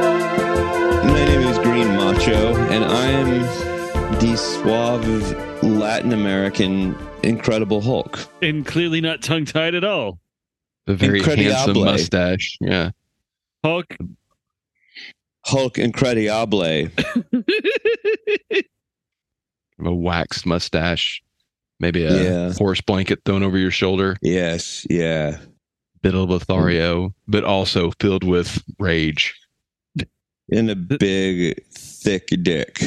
My name is Green Macho, and I am the suave Latin American Incredible Hulk. and clearly not tongue tied at all. A very handsome Incredible. mustache. Yeah. Hulk, Hulk Incredible. A waxed mustache. Maybe a Yeah. horse blanket thrown over your shoulder. Yes, yeah. Bit of Lothario, but also filled with rage. And a big, thick dick.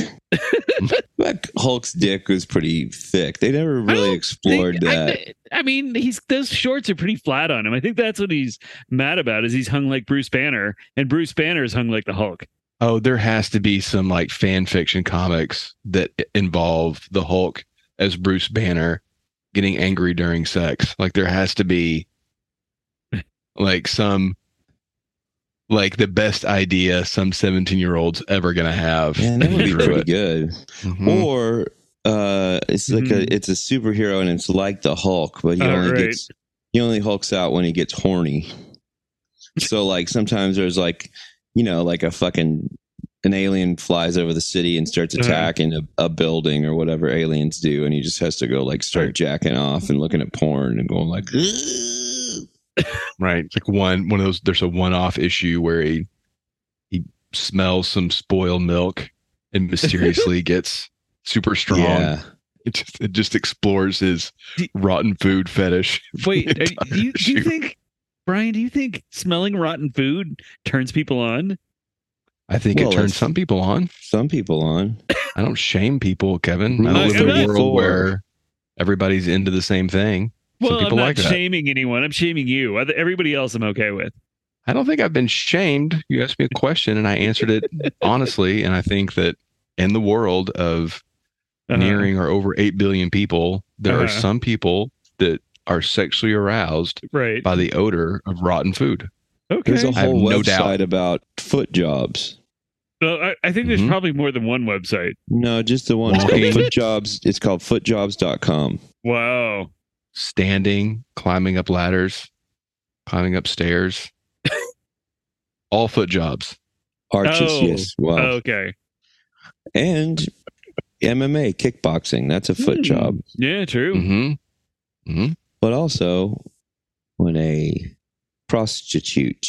like Hulk's dick was pretty thick. They never I really don't explored think- I- uh, that. I, mean, he's those shorts are pretty flat on him. I think that's what he's mad about. Is he's hung like Bruce Banner, and Bruce Banner is hung like the Hulk. Oh, there has to be some like fan fiction comics that involve the Hulk as Bruce Banner getting angry during sex. Like there has to be like some like the best idea some 17 year old's ever gonna have. Man, that would be Drew pretty it. good. Hmm. Mhm. Or uh it's like a it's a superhero and it's like the Hulk, but he Oh, only right. gets he only hulks out when he gets horny. So like sometimes there's like you know, like a fucking an alien flies over the city and starts Uh-huh. attacking a, a building or whatever aliens do, and he just has to go like start Right. jacking off and looking at porn and going like "Ugh." Right. It's like one one of those there's a one off issue where he he smells some spoiled milk and mysteriously gets super strong. Yeah. It just it just explores his rotten food fetish. Wait, are, do, you, do you shoot. think Brian? Do you think smelling rotten food turns people on? I think Well, it turns that's- some people on. Some people on. I don't shame people, Kevin. I Rule don't live in a 34. world where everybody's into the same thing. Some Well, I'm people not like that. shaming anyone. I'm shaming you. Oth- Everybody else, I'm okay with. I don't think I've been shamed. You asked me a question and I answered it honestly. And I think that in the world of Uh-huh. nearing or over 8 billion people, there are Uh-huh. some people that are sexually aroused right. by the odor of rotten food. Okay. There's a I have whole no website doubt. about foot jobs. Well, I, I think there's Mhm. probably more than one website. No, just the one. It's called Walking. footjobs. It's called footjobs.com. Wow. Standing, climbing up ladders, climbing up stairs, all foot jobs. Arches, Oh. yes. Wow. okay. And MMA, kickboxing. That's a foot Hmm. job. Yeah. True. hmm hmm But also, when a prostitute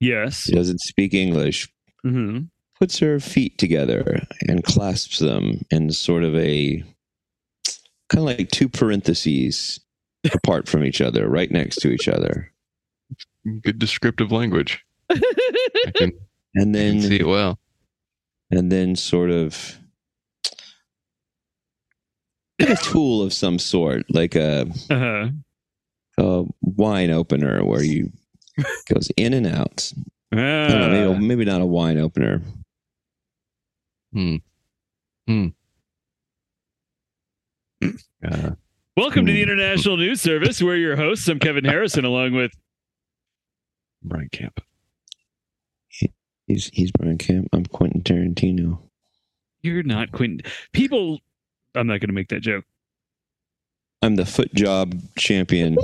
Yes. doesn't speak English, hmm puts her feet together and clasps them in sort of a kind of like two parentheses apart from each other, right next to each other. Good descriptive language. I can, And I can then see it well. and then sort of like a tool of some sort, like a, Uh-huh. a wine opener where you goes in and out. I don't know, Ah. maybe, maybe not a wine opener. Hmm. Hmm. Uh, Welcome to the International News Service. We're your hosts. I'm Kevin Harrison, along with Brian Camp. He's he's Brian Camp. I'm Quentin Tarantino. you're not Quentin. People, I'm not going to make that joke. I'm the foot job champion.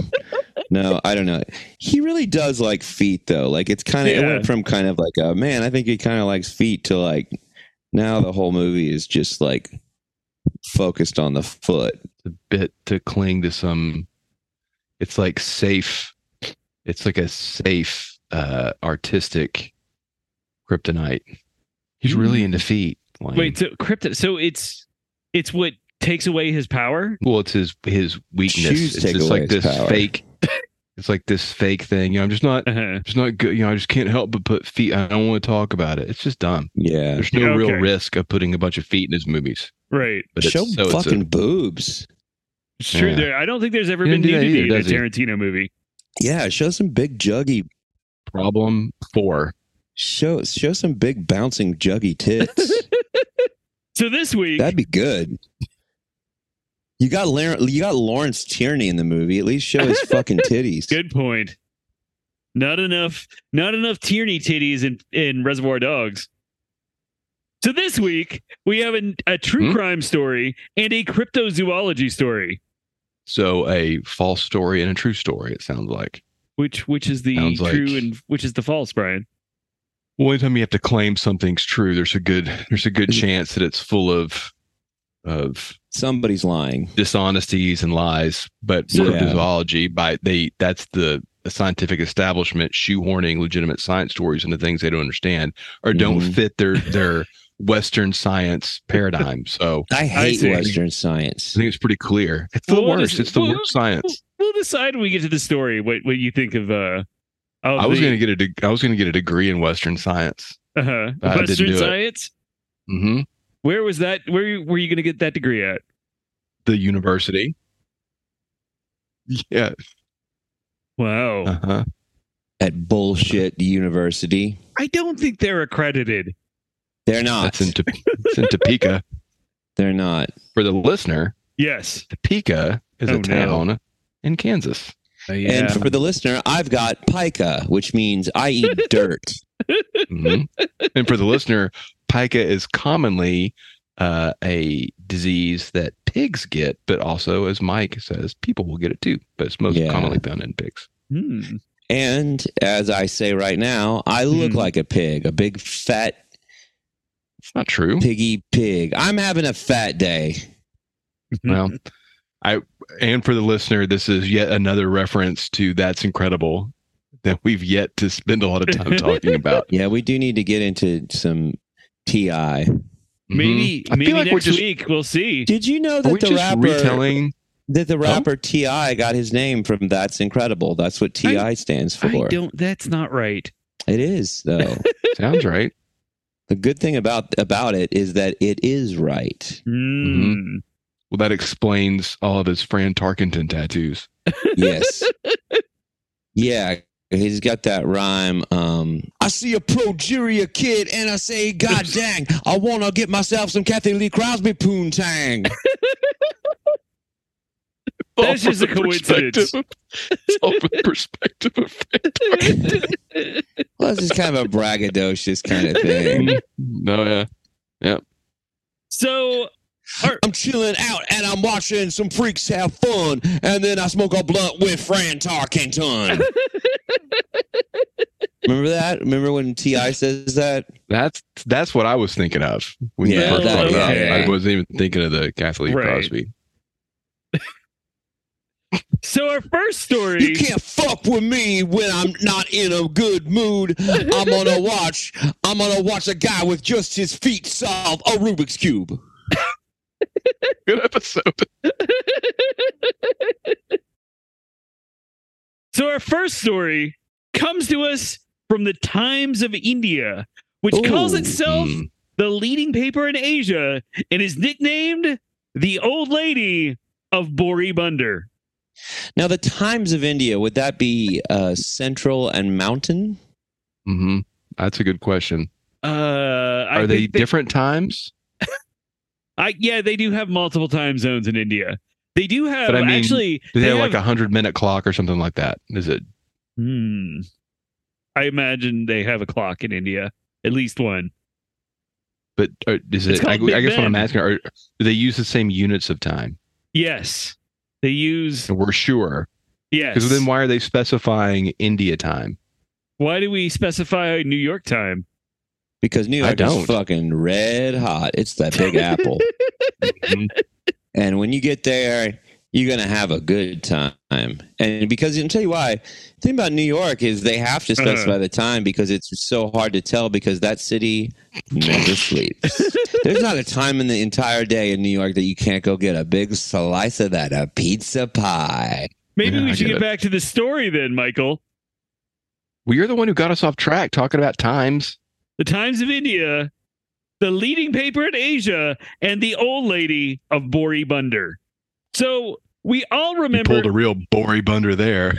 no, I don't know. He really does like feet though. Like it's kind of it Yeah. went from kind of like a man. I think he kind of likes feet to like now the whole movie is just like focused on the foot. a bit to cling to some it's like safe it's like a safe uh artistic kryptonite he's Hmm. really into feet Blaine. Wait, so crypto. So it's it's what takes away his power. well it's his his weakness Shoes it's take just away like his this power. fake it's like this fake thing you know i'm just not Uh-huh. just not good you know i just can't help but put feet i don't want to talk about it it's just dumb Yeah. there's no real Okay. risk of putting a bunch of feet in his movies Right. but Show it's so it's a- fucking boobs. It's true. Yeah. There. I don't think there's ever He been didn't do that nudity either, in a does he? Tarantino movie. Yeah, show some big juggy. problem four Show show some big bouncing juggy tits. So this week, That'd be good. You got Lar- you got Lawrence Tierney in the movie. At least show his fucking titties. good point. Not enough, not enough Tierney titties in, in Reservoir Dogs. So this week we have an, a true Hmm? crime story and a cryptozoology story, So a false story and a true story. It sounds like. which which is the Sounds like- true and which is the false, Brian. Well, anytime you have to claim something's true, there's a good there's a Mm-hmm. good chance that it's full of of Somebody's lying. dishonesties and lies. But So- cryptozoology, by they that's the scientific establishment shoehorning legitimate science stories into things they don't understand or don't Mm-hmm. Mhm. fit their their Western science paradigm. So I hate see. Western science. I think it's pretty clear. It's the Well, what worst. is- it's the well, worst science. We'll decide when we get to the story what what you think of uh. Of I was the, gonna get a de- I was gonna get a degree in Western science. uh-huh, I didn't Western do it. science. Mm-hmm. Where was that? Where were you going to get that degree at? The university. Yeah. Wow. Uh-huh. At bullshit university. I don't think they're accredited. They're not. That's in, Top- it's in Topeka. They're not. For the listener, Yes. Topeka is Oh, a no. town in Kansas. And for the listener, I've got pica, which means I eat dirt. Mhm. and for the listener, pica is commonly uh, a disease that pigs get, but also, as Mike says, people will get it too. But it's most Yeah. commonly found in pigs. Hmm. and as I say right now, I look Mm-hmm. Hmm. like a pig, a big fat It's not true. piggy pig. I'm having a fat day. Well, I and for the listener, this is yet another reference to that's incredible that we've yet to spend a lot of time talking about. Yeah, we do need to get into some TI. Maybe Mhm. I maybe feel like next we're just week we'll see. Did you know Mm-hmm. are we that the just rapper retelling. that the rapper T.I. got his name from That's Incredible? That's what T.I. stands I for. don't. That's not right. It is though. Sounds right. the good thing about about it is that it is right. Mm-hmm. Mm. Well, that explains all of his Fran Tarkenton tattoos. Yes. yeah, he's got that rhyme. Um, I see a progeria kid and I say, God dang, I wanna get myself some Kathy Lee Crosby poontang. That's All just from a the coincidence. perspective of- It's all from the perspective of Fran Tarkenton. well, this is kind of a braggadocious kind of thing. no, yeah. So I'm chilling out and I'm watching some freaks have fun, and then I smoke a blunt with Fran Tarkenton. Remember that? Remember when Ti says that? That's that's what I was thinking of when you Yeah, first that- talked about it. yeah. I wasn't even thinking of the Kathleen Right. Crosby. so our first You story. can't fuck with me when I'm not in a good mood. I'm gonna watch. I'm gonna watch a guy with just his feet solve a Rubik's cube. Good episode. So our first story comes to us from the Times of India, which Ooh. calls itself Mm. the leading paper in Asia and is nicknamed the Old Lady of Boribunder. Now, the Times of India would that be uh, Central and Mountain? hmm That's a good question. Uh, I Are they think that- different times? I yeah, they do have multiple time zones in India. They do have But I mean, actually. Do they, have, have- like a hundred minute clock or something like that? Is it? Hmm. I imagine they have a clock in India, at least one. But uh, is It's it? I, I called Big guess what I'm Ben. asking are do they use the same units of time? Yes, they use And we're sure yes. because then why are they specifying India time? why do we specify New York time? Because New I York is don't. fucking red hot. It's the Big Apple. Mm-hmm. And when you get there, you're going to have a good time. And because I'll tell you why, the thing about New York is they have to Uh. specify the time because it's so hard to tell because that city never sleeps. There's not a time in the entire day in New York that you can't go get a big slice of that, a pizza pie. Maybe Yeah, we I should get get it. back to the story then, Michael. Well, you're the one who got us off track talking about times. The Times of India, the leading paper in Asia, and the Old Lady of Boribunder. So we all You remember pulled a real Bori Bunder there.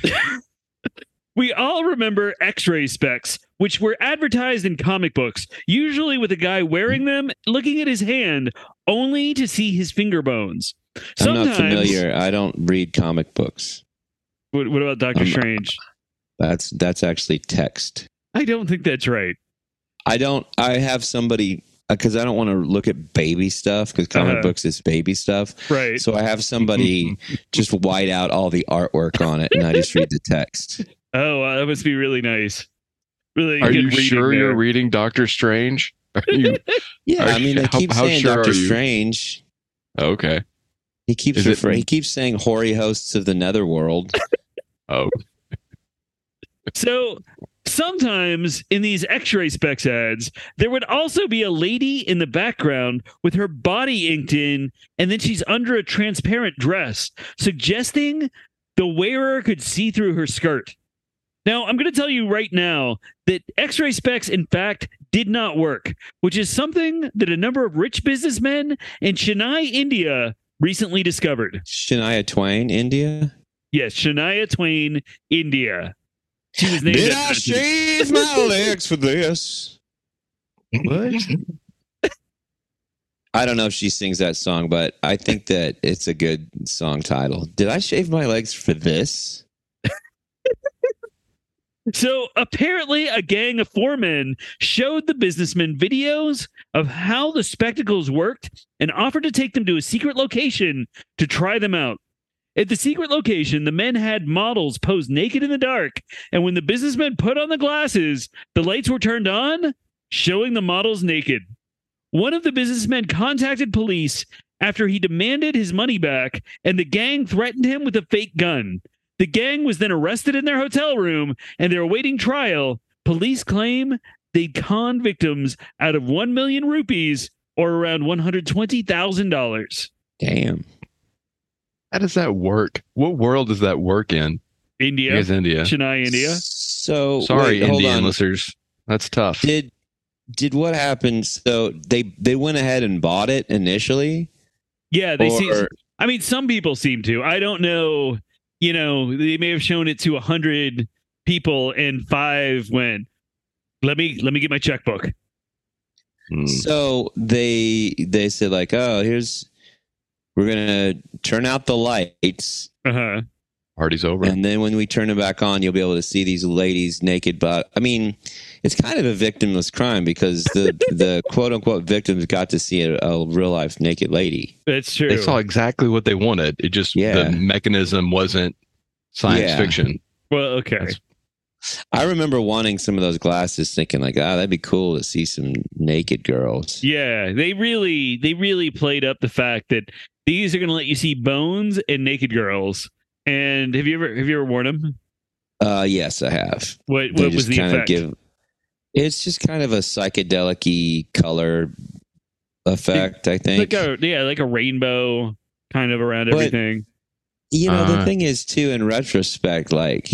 We all remember x ray specs, which were advertised in comic books, usually with a guy wearing them, looking at his hand only to see his finger bones. I'm Sometimes, not familiar. I don't read comic books. What, what about Doctor I'm- Strange? That's that's actually text. I don't think that's right. I don't. I have somebody because I don't want to look at baby stuff because comic Uh-huh. books is baby stuff. Right. So I have somebody just white out all the artwork on it, and I just read the text. Oh, wow, that must be really nice. Really Are good you reading sure there. you're reading Doctor Strange? Are you Yeah, I mean, they How- keep how saying sure Doctor are you? Strange. okay? He keeps Is it- refer- he keeps saying hoary hosts of the netherworld. Oh, So sometimes in these x ray specs ads, there would also be a lady in the background with her body inked in, and then she's under a transparent dress, suggesting the wearer could see through her skirt. Now, I'm going to tell you right now that x ray specs, in fact, did not work, which is something that a number of rich businessmen in Chennai, India recently discovered. Shania Twain, India. Yes, Shania Twain, India. She was named Did after I that city. shave my legs for this? what? I don't know if she sings that song, but I think that it's a good song title. Did I shave my legs for this? So apparently, a gang of four men showed the businessmen videos of how the spectacles worked and offered to take them to a secret location to try them out. At the secret location, the men had models pose naked in the dark, and when the businessmen put on the glasses, the lights were turned on, showing the models naked. One of the businessmen contacted police after he demanded his money back, and the gang threatened him with a fake gun. The gang was then arrested in their hotel room and they're awaiting trial. Police claim they conned victims out of 1 million rupees or around $120,000. Damn. How does that work? What world does that work in? India, I guess India. Chennai, India. So Sorry, Oh, wait, hold Indian on. listeners. That's tough. Did did what happened? So they they went ahead and bought it initially. Yeah, they see. or- I mean, some people seem to. I don't know. You know, they may have shown it to 100 people and five went, let me let me get my checkbook. Hmm. So they they said like, oh, here's we're gonna turn out the lights, Uh-huh. Party's over. and then when we turn it back on, you'll be able to see these ladies naked. But I mean, it's kind of a victimless crime because the the quote unquote victims got to see a, a real life naked lady. That's true. they saw exactly what they wanted. It just Yeah. the mechanism wasn't science Yeah. fiction. well, okay. That's- I remember wanting some of those glasses, thinking like, ah, that'd be cool to see some naked girls. Yeah, they really they really played up the fact that these are going to let you see bones and naked girls. And have you ever have you ever worn them? Uh, yes, I have. What They what was just the kind of effect? give. It's just kind of a psychedelic color effect, I think. like a yeah, like a rainbow kind of around But- everything. you know, the Uh. thing is, too, in retrospect, like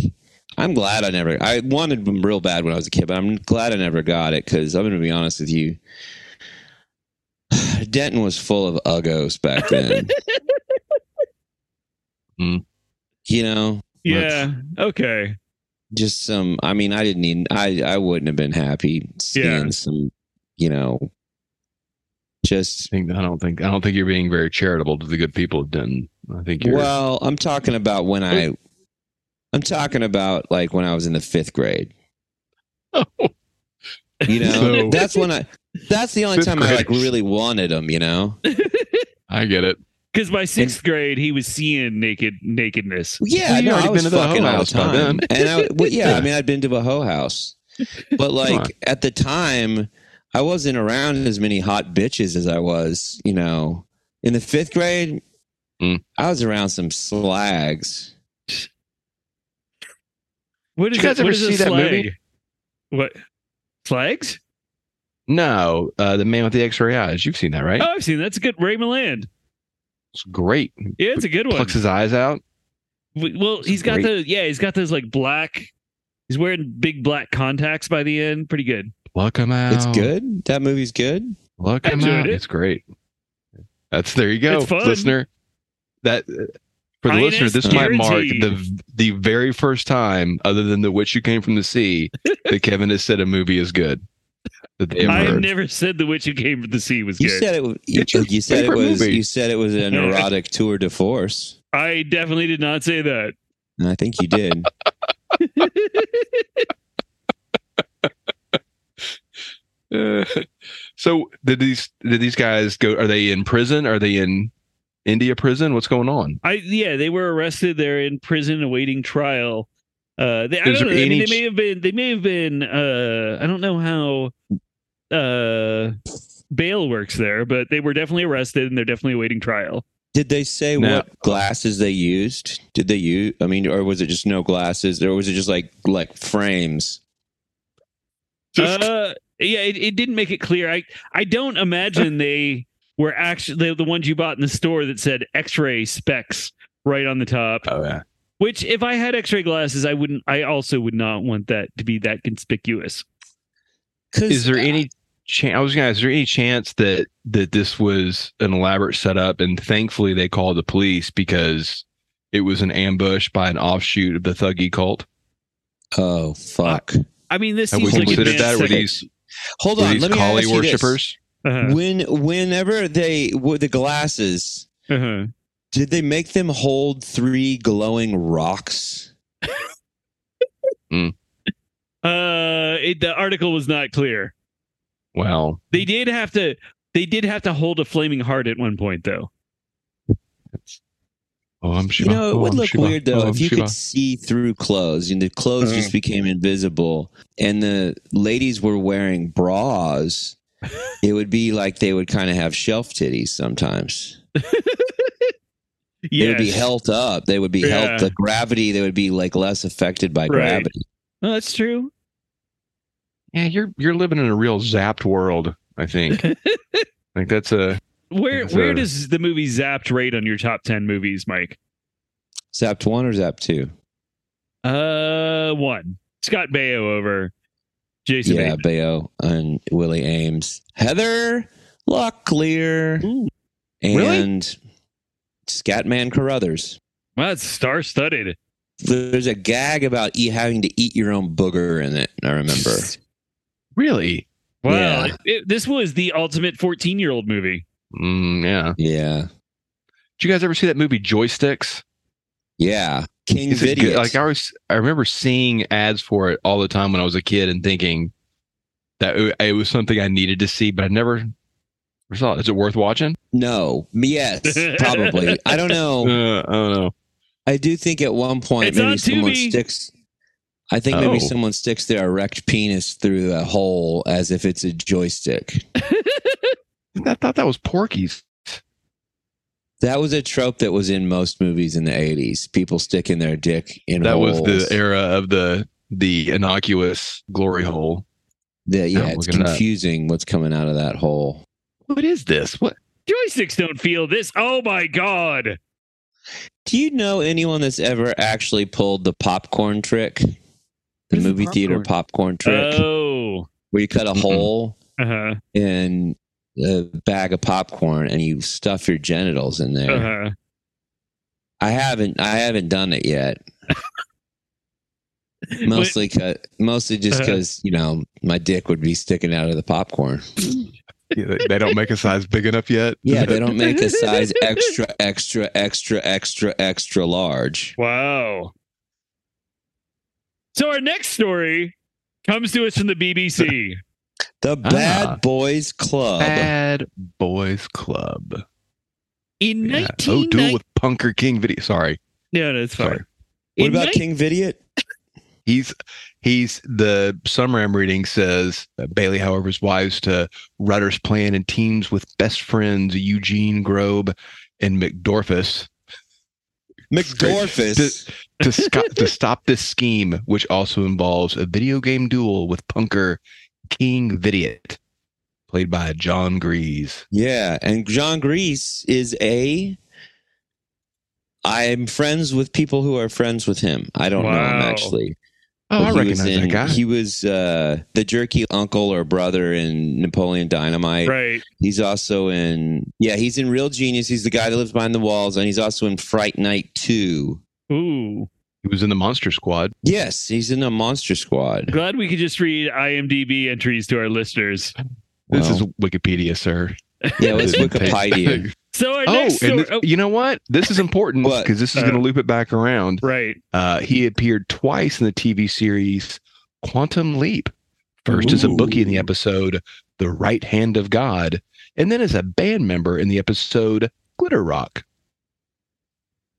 I'm glad I never. I wanted them real bad when I was a kid, but I'm glad I never got it because I'm going to be honest with you. Denton was full of uggos back then. Hmm. You know, Yeah. Okay. just some i mean i didn't even i i wouldn't have been happy seeing Yeah. some you know just I think I don't think I don't think you're being very charitable to the good people of Denton. I think you're well i'm talking about when i i'm talking about like when i was in the fifth grade you know Oh. So- that's when i that's the only Fifth time i like graders. really wanted them you know I get it. Because by sixth grade, he was seeing naked nakedness. yeah Well, you'd no, i already was been to the fucking hoe all the house by time and i well, yeah i mean i'd been to a hoe house but Come on. like at the time i wasn't around as many hot bitches as i was you know in the fifth grade Mm. i was around some slags What is you guys it- what ever is a see that slag? movie? What slags? No, uh, the man with the X-ray eyes. You've seen that, right? Oh, I've seen that's a good Ray Milland. It's great. Yeah, it's a good one. Plucks his eyes out. W- Well, It's he's got great. the yeah, he's got those like black. He's wearing big black contacts by the end. Pretty good. Pluck him out. it's good that movie's good Pluck I him enjoyed out. it. It's great. That's there you go, It's fun. listener. That uh, For the Ryan listener, S. this might mark guaranteed. the the very first time, other than the "Witch Who Came from the Sea," that Kevin has said a movie is good. That they have I heard. never said the witch who came from the sea was You good. said it. w- You, It's your you said it favorite was. movie. You said it was an erotic tour de force. I definitely did not say that. And I think you did. Uh, so did these did these guys go? Are they in prison? Are they in India prison? What's going on? I yeah, they were arrested. They're in prison awaiting trial. Uh, they, I Is don't know. there I mean, any they may have been. They may have been. Uh, I don't know how uh, bail works there, but they were definitely arrested and they're definitely awaiting trial. Did they say No. what glasses they used? Did they use? I mean, or was it just no glasses? Or was it just like like frames? Uh, yeah, it, it didn't make it clear. I I don't imagine they were actually the, the ones you bought in the store that said X-ray specs right on the top. oh yeah. Which, if I had X-ray glasses, I wouldn't. I also would not want that to be that conspicuous. 'Cause Is there any? Chance, I was gonna. ask, Is there any chance that that this was an elaborate setup? And thankfully, they called the police because it was an ambush by an offshoot of the thuggy cult. Oh fuck! I mean, this Have we seems like considered that? advanced Were tech- these Hold were on. these Let me Kali ask you this. worshippers? Uh-huh. When whenever they with the glasses, Uh-huh. did they make them hold three glowing rocks? Uh, it, the article was not clear. Well, They did have to. They did have to hold a flaming heart at one point, though. oh, I'm You Shiva. know, it Oh, would I'm look Shiva. weird though Oh, I'm if you Shiva. Mm. could see through clothes and the clothes just became invisible and the ladies were wearing bras. it would be like they would kind of have shelf titties sometimes. They would be Yes. held up. They would be Yeah. held. The gravity. They would be like less affected by Right. gravity. No, that's true. Yeah, you're you're living in a real zapped world. I think. like that's a Where Yes, where uh, does the movie Zapped rate on your top ten movies, Mike? Zapped one or zapped two? Uh, one. Scott Baio over Jason. yeah, Bateman. Bayo and Willie Ames, Heather Locklear, Ooh. and Really? Scatman Carruthers. Wow, it's star studded. There's a gag about e- having to eat your own booger in it. I remember. really. Wow, Yeah. It- this was the ultimate fourteen year old movie. Mm, yeah. Yeah, Did you guys ever see that movie Joysticks? yeah. King Is it video. good? Like I was, I remember seeing ads for it all the time when I was a kid and thinking that it, it was something I needed to see, but I never, never saw it. Is it worth watching? no. Yes, probably. I don't know. Uh, I don't know. I do think at one point It's on maybe someone Tubi. sticks. I think maybe Oh. someone sticks their erect penis through the hole as if it's a joystick. I thought that was Porky's. That was a trope that was in most movies in the '80s. People sticking their dick in That was holes. the era of the the innocuous glory hole. The- yeah, I'm it's looking it up. confusing what's coming out of that hole. What is this? What? Joysticks don't feel this. Oh my god! Do you know anyone that's ever actually pulled the popcorn trick? The is the movie theater popcorn trick, Oh, where you cut a Mm-mm. hole uh-huh. in a bag of popcorn and you stuff your genitals in there. Uh-huh. I haven't, I haven't done it yet. But- Mostly, cut, mostly just Uh-huh. because you know my dick would be sticking out of the popcorn. they don't make a size big enough yet. Yeah, they don't make a size extra, extra, extra, extra, extra large. Wow. So our next story comes to us from the BBC. The Bad Boys Club. Ah. Bad Boys Club. In Yeah. 19 Oh, duel with Punker King video. Sorry, No, no, it's fine. Sorry. What In about nine- King Vidiot? he's he's the summary I'm reading says uh, Bailey, however, is wise to Rutter's plan and teams with best friends Eugene Grobe and McDorfus McDorfus. to sco- to stop this scheme, which also involves a video game duel with Punker King Vidiot, played by John Grease. Yeah, and John Grease is a. I'm friends with people who are friends with him. I don't know him Wow. actually, Oh, Well, I he was recognize that in- guy. He was uh, the jerky uncle or brother in Napoleon Dynamite. Right. He's also in, yeah, he's in Real Genius. He's the guy that lives behind the walls, and he's also in Fright Night 2. Ooh. he was in the Monster Squad. Yes, he's in a Monster Squad. Glad we could just read IMDb entries to our listeners. This Well, is Wikipedia, sir. yeah, let's This is Wikipedia. page- So our oh, next and story. this- oh, you know what? This is important What? because this is Uh, going to loop it back around. right. Uh, he appeared twice in the TV series Quantum Leap. First as a bookie in the Ooh. episode The Right Hand of God, and then as a band member in the episode Glitter Rock.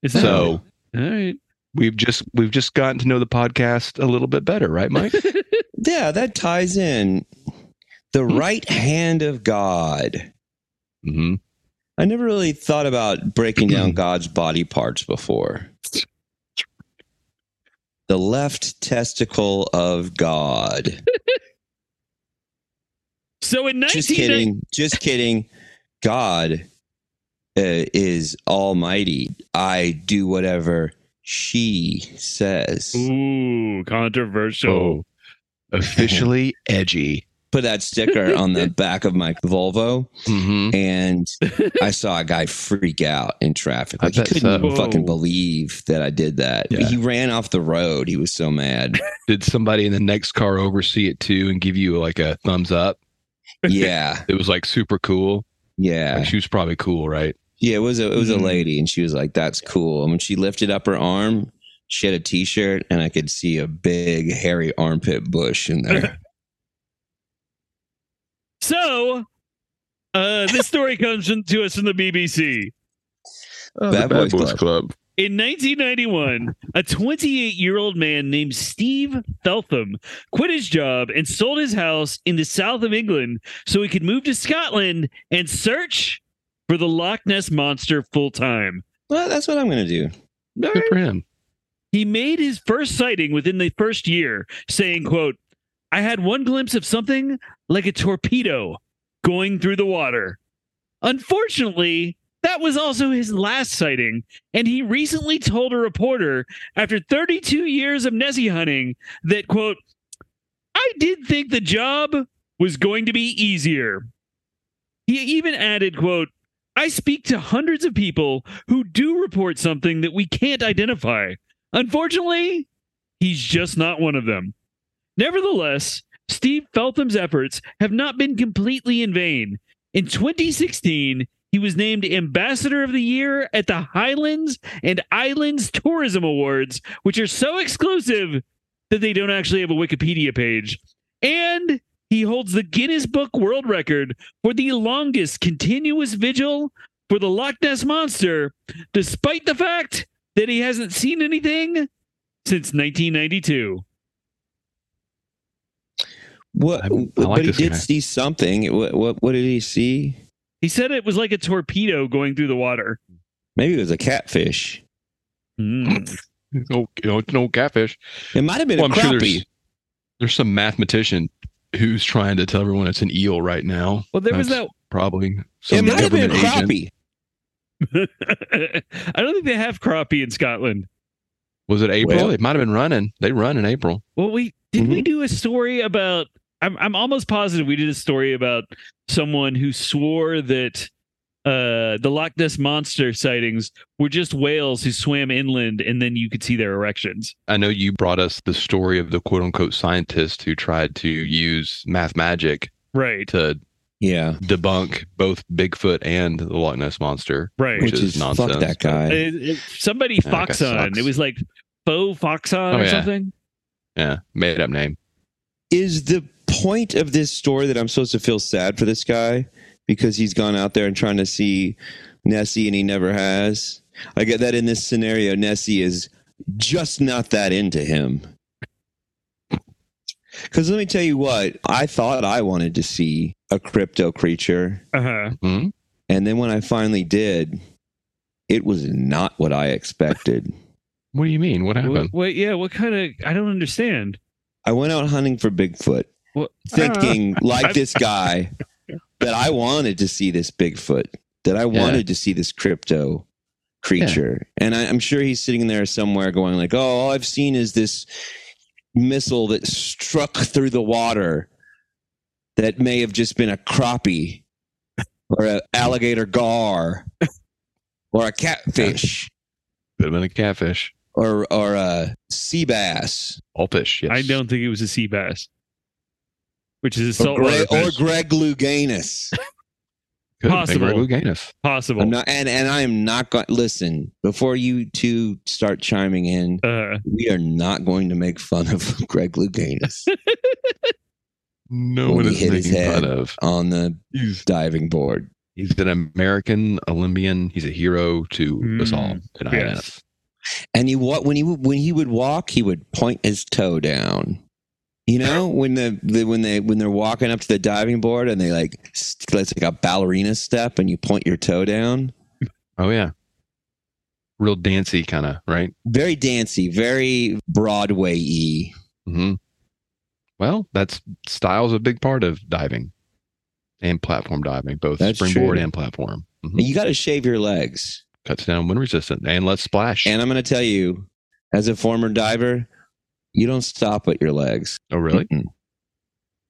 Is that- So all right. we've just we've just gotten to know the podcast a little bit better, right, Mike? Yeah, that ties in. The right hand of God. mm-hmm. I never really thought about breaking down God's body parts before. The left testicle of God. So in 19 Just kidding. Just kidding. God uh, is almighty. I do whatever she says. Ooh, controversial. So Oh. officially edgy. Put that sticker on the back of my Volvo. Mm-hmm. and I saw a guy freak out in traffic. I Like, he bet couldn't so. even Whoa. fucking believe that I did that. Yeah. He ran off the road. He was so mad. Did somebody in the next car oversee it too and give you like a thumbs up? yeah, It was like super cool. Like, yeah, she was probably cool, right? yeah. It was a it was a Hmm. Mhm. lady, and she was like, "That's cool." And when she lifted up her arm, she had a T-shirt, and I could see a big hairy armpit bush in there. So uh, this story comes in, to us from the BBC. Oh, the Bad Bad Boys Boys Club. In 1991, a 28 year old man named Steve Feltham quit his job and sold his house in the south of England so he could move to Scotland and search for the Loch Ness monster full time. well, that's what I'm gonna do. Good for him. He made his first sighting within the first year, saying, quote, I had one glimpse of something like a torpedo going through the water. Unfortunately, that was also his last sighting, and he recently told a reporter after 32 years of Nessie hunting that, quote, I did think the job was going to be easier. He even added, quote, I speak to hundreds of people who do report something that we can't identify. Unfortunately, he's just not one of them. Nevertheless, Steve Feltham's efforts have not been completely in vain. In 2016, he was named Ambassador of the Year at the Highlands and Islands Tourism Awards, which are so exclusive that they don't actually have a Wikipedia page. And he holds the Guinness Book World Record for the longest continuous vigil for the Loch Ness Monster, despite the fact that he hasn't seen anything since 1992. What? I- I like but he this did guy. see something. What, what? What did he see? He said it was like a torpedo going through the water. Maybe it was a catfish. Mm. No, no, no catfish. It might have been Well, a I'm sure crappie. there's, there's some mathematician who's trying to tell everyone it's an eel right now. Well, there was That's that. Probably it some might have been government a agent. crappie. I don't think they have crappie in Scotland. Was it April? Well- it might have been running. They run in April. Well, we did Mm-hmm. we do a story about? I'm I'm almost positive we did a story about someone who swore that uh, the Loch Ness monster sightings were just whales who swam inland, and then you could see their erections. I know you brought us the story of the quote unquote scientist who tried to use math magic Right, to Yeah. debunk both Bigfoot and the Loch Ness monster. right. Which is nonsense. Fuck that guy. It- it- somebody That guy Foxon. sucks. It was like faux Foxon Oh, or yeah. something. Yeah, made up name. is the point of this story that I'm supposed to feel sad for this guy because he's gone out there and trying to see Nessie and he never has? I get that in this scenario, Nessie is just not that into him. Because let me tell you what, I thought I wanted to see a crypto creature. Uh huh. Hmm? And then when I finally did, it was not what I expected. What do you mean? What happened? What, what? Yeah. What kind of? I don't understand. I went out hunting for Bigfoot. What? thinking like this guy that I wanted to see this Bigfoot, that I wanted to see this crypto creature. And I, I'm sure he's sitting there somewhere going like, "Oh, all I've seen is this missile that struck through the water that may have just been a crappie or an alligator gar or a catfish Could have been a catfish. or or a sea bass All fish. Yes. I don't think it was a sea bass, which is a or, saltwater Gre- or fish. Greg Louganis. Could have been Possible. Greg Louganis. Possible. I'm not, and and I am not going. Listen, before you two start chiming in, uh, we are not going to make fun of Greg Louganis No When one he is hit his making head. fun of. on the He's diving board. he's an American Olympian. He's a hero to us all. And yes. INS. And he what when he would- when he would walk, he would point his toe down. You know when the, the when they when they're walking up to the diving board and they like st- it's like a ballerina step and you point your toe down. Oh yeah. Real dancey kind of right. Very dancey, very Broadway y. hmm Well, that's style's a big part of diving and platform diving, both That's springboard true. and platform. Mhm. You got to shave your legs. Cuts down wind resistance and lets splash. And I'm going to tell you, as a former diver, you don't stop at your legs. oh, really? Mm-mm. Mm-hmm.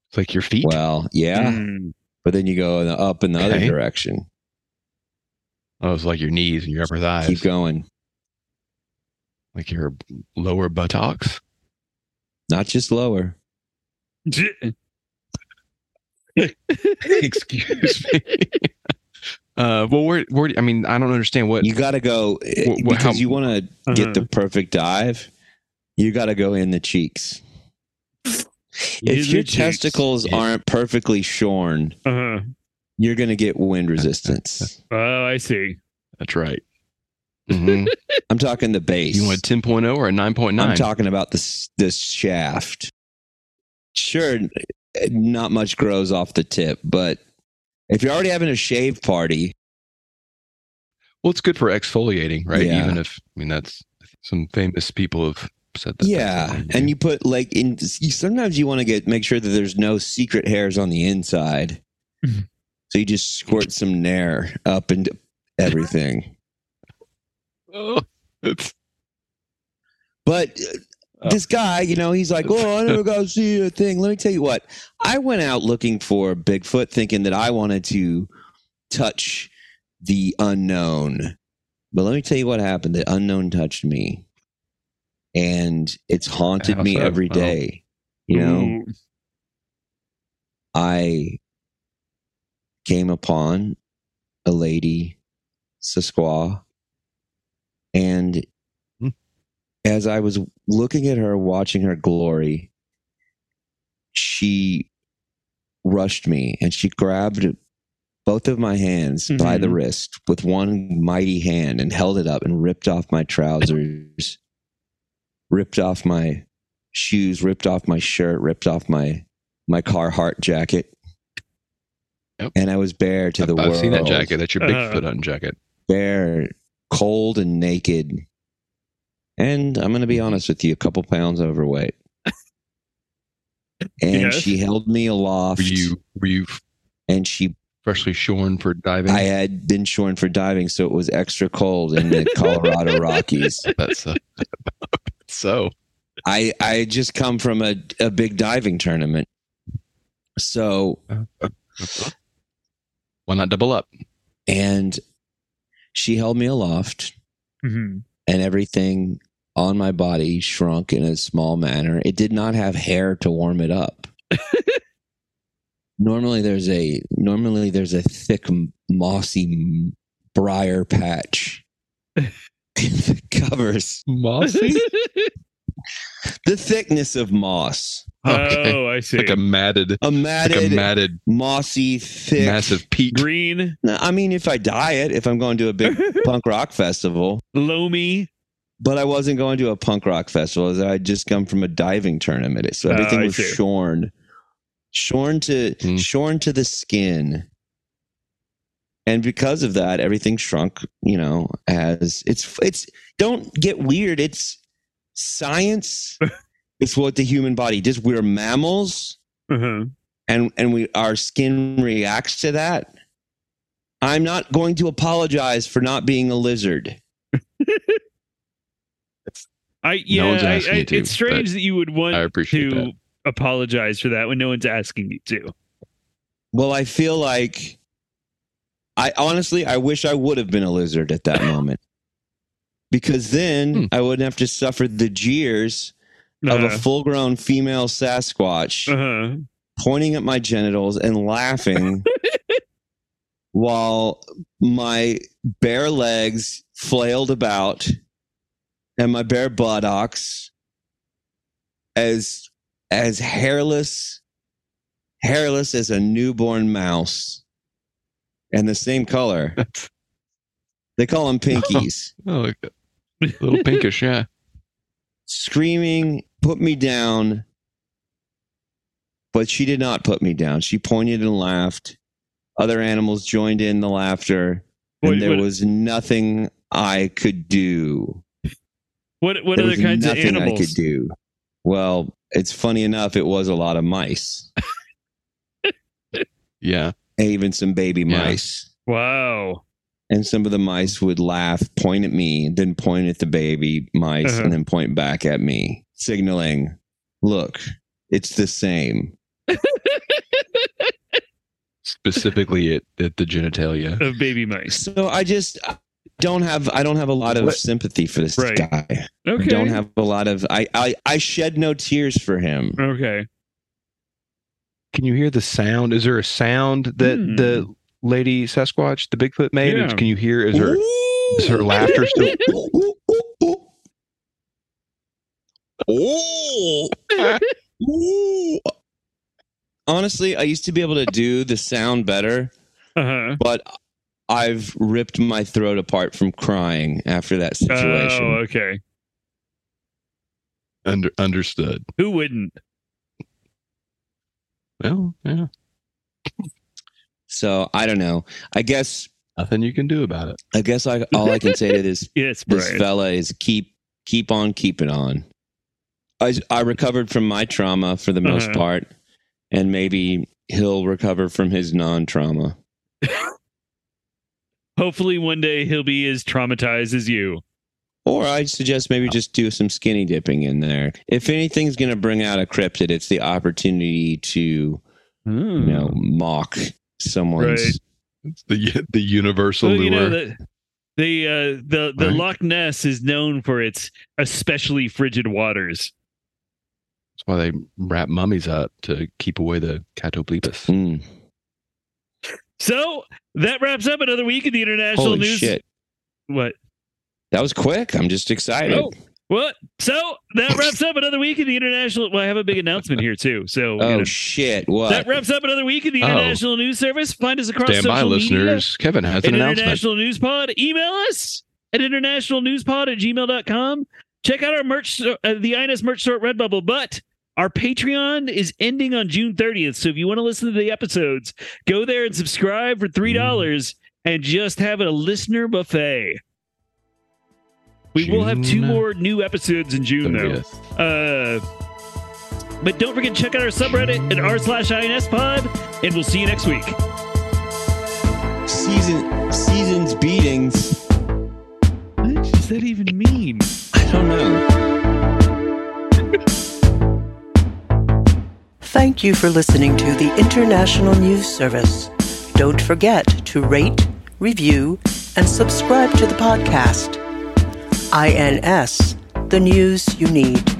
It's like your feet. Well, yeah, mm, but then you go in the- up in the other Okay. direction. Oh, it's like your knees and your upper Keep thighs, going. like your lower buttocks. Not just lower. Excuse me. uh, well, where, where? I mean, I don't understand what. You got to go eh, Wha- wha- because how- you want to uh, get the perfect dive. You got to go in the cheeks. in If your the cheeks. testicles Yeah. aren't perfectly shorn, Uh-huh. you're going to get wind resistance. Oh, I see. That's right. Mhm. I'm talking the base. you want a 10.0 or a 9.9? I'm talking about this this shaft. Sure, not much grows off the tip, but if you're already having a shave party, Well, it's good for exfoliating, right? Yeah. Even if I mean that's some famous people have said that. yeah, and you put like in. You, sometimes you want to get make sure that there's no secret hairs on the inside, Mhm. so you just squirt some nair up into everything. oh, it's But uh, this guy, you know, he's like, "Oh, I never got to see a thing." Let me tell you what. I went out looking for Bigfoot, thinking that I wanted to touch the unknown. But let me tell you what happened. The unknown touched me, and it's haunted How me so? every Oh. day. You know, Ooh. I came upon a lady, Sasquatch, and Hmm. as I was looking at her, watching her glory, she rushed me and she grabbed both of my hands by the Mhm. wrist with one mighty hand and held it up and ripped off my trousers, ripped off my shoes, ripped off my shirt, ripped off my my Carhartt jacket, Yep. and I was bare to I've, the I've world. seen that jacket. That's your Uh, Bigfoot hunting jacket. Bare, cold and naked, and I'm going to be honest with you, a couple pounds overweight. And Yes. she held me aloft, Were you were you and she freshly shorn for diving? I had been shorn for diving, so it was extra cold in the Colorado Rockies. That's uh, so. I I had just come from a, a big diving tournament. So Why not double up? and she held me aloft Mhm. and everything on my body shrunk in a small manner. It did not have hair to warm it up. normally there's a normally there's a thick m- mossy m- briar patch that covers Mossy. the thickness of moss. okay. Oh, I see. like a matted, A like matted, a matted, mossy, thick. massive peak. Green, No, I mean, if I diet, if I'm going to a big punk rock festival, loamy. but I wasn't going to a punk rock festival. I would just come from a diving tournament, so everything Oh, I was see. shorn, shorn to Hmm. shorn to the skin, and because of that, everything shrunk. You know, as it's it's don't get weird. It's science. it's what the human body does. We're mammals Uh-huh. and and we our skin reacts to that i'm not going to apologize for not being a lizard I yeah, one's I, asking I- you to, it's strange that you would want I appreciate to that. apologize for that when no one's asking you to. Well, I feel like I honestly I wish I would have been a lizard at that moment. Because then Hmm. I wouldn't have to suffer the jeers of a Uh, full-grown female Sasquatch uh-huh. pointing at my genitals and laughing while my bare legs flailed about and my bare buttocks as as hairless hairless as a newborn mouse and the same color That's- they call them pinkies Oh, look, a little pinkish, yeah. screaming put me down but she did not put me down she pointed and laughed other animals joined in the laughter and What- there what- was nothing i could do What what There other was kinds of nothing animals? I could do. Well, it's funny enough, it was a lot of mice, Yeah. even some baby Yeah. mice. Wow. And some of the mice would laugh, point at me, then point at the baby mice, Uh-huh. and then point back at me, signaling, look, it's the same. Specifically at, at the genitalia. Of baby mice. So I just I don't have I don't have a lot of What? sympathy for this Right. guy. I Okay. don't have a lot of I, I I shed no tears for him. Okay. Can you hear the sound? Is there a sound that Hmm. the lady Sasquatch, the Bigfoot made? Yeah. Can you hear? Is her Ooh. is her laughter still? Ooh. Ooh. Honestly, I used to be able to do the sound better, Uh-huh. but I've ripped my throat apart from crying after that situation. Oh, okay. Under, understood. Who wouldn't? Well, yeah. So I don't know. I guess Nothing you can do about it. I guess I, all I can say to this Yes, this Brian. fella is keep keep on keeping on. I I recovered from my trauma for the most Uh-huh. part, and maybe he'll recover from his non trauma. Hopefully one day he'll be as traumatized as you. Or I suggest maybe just do some skinny dipping in there. If anything's going to bring out a cryptid, it's the opportunity to you know mock someone's. Hmm. Right. It's the the universal Well, you know lure. the the uh, the, the Right. Loch Ness is known for its especially frigid waters. That's why they wrap mummies up to keep away the catoplepus. Mm. So that wraps up another week in the international Holy news. shit! What? That was quick. I'm just excited. Oh. What? So that wraps up another week in the international. Well, I have a big announcement here too. So you Oh know. shit! What? that wraps up another week in the Oh. international news service. Find us across Stand by, social media. listeners. Kevin has at an announcement. international news pod email us at international news pod at gmail.com check out our merch sto- uh, the ins merch store at redbubble but our patreon is ending on june 30th so if you want to listen to the episodes go there and subscribe for Mm-hmm. three dollars and just have a listener buffet we will have two June more new episodes in june though 30th. uh, but don't forget to check out our subreddit at r slash ins pod and we'll see you next week Season seasons beatings. what does that even mean I don't know. Thank you for listening to the International News Service. Don't forget to rate, review, and subscribe to the podcast. INS, the news you need.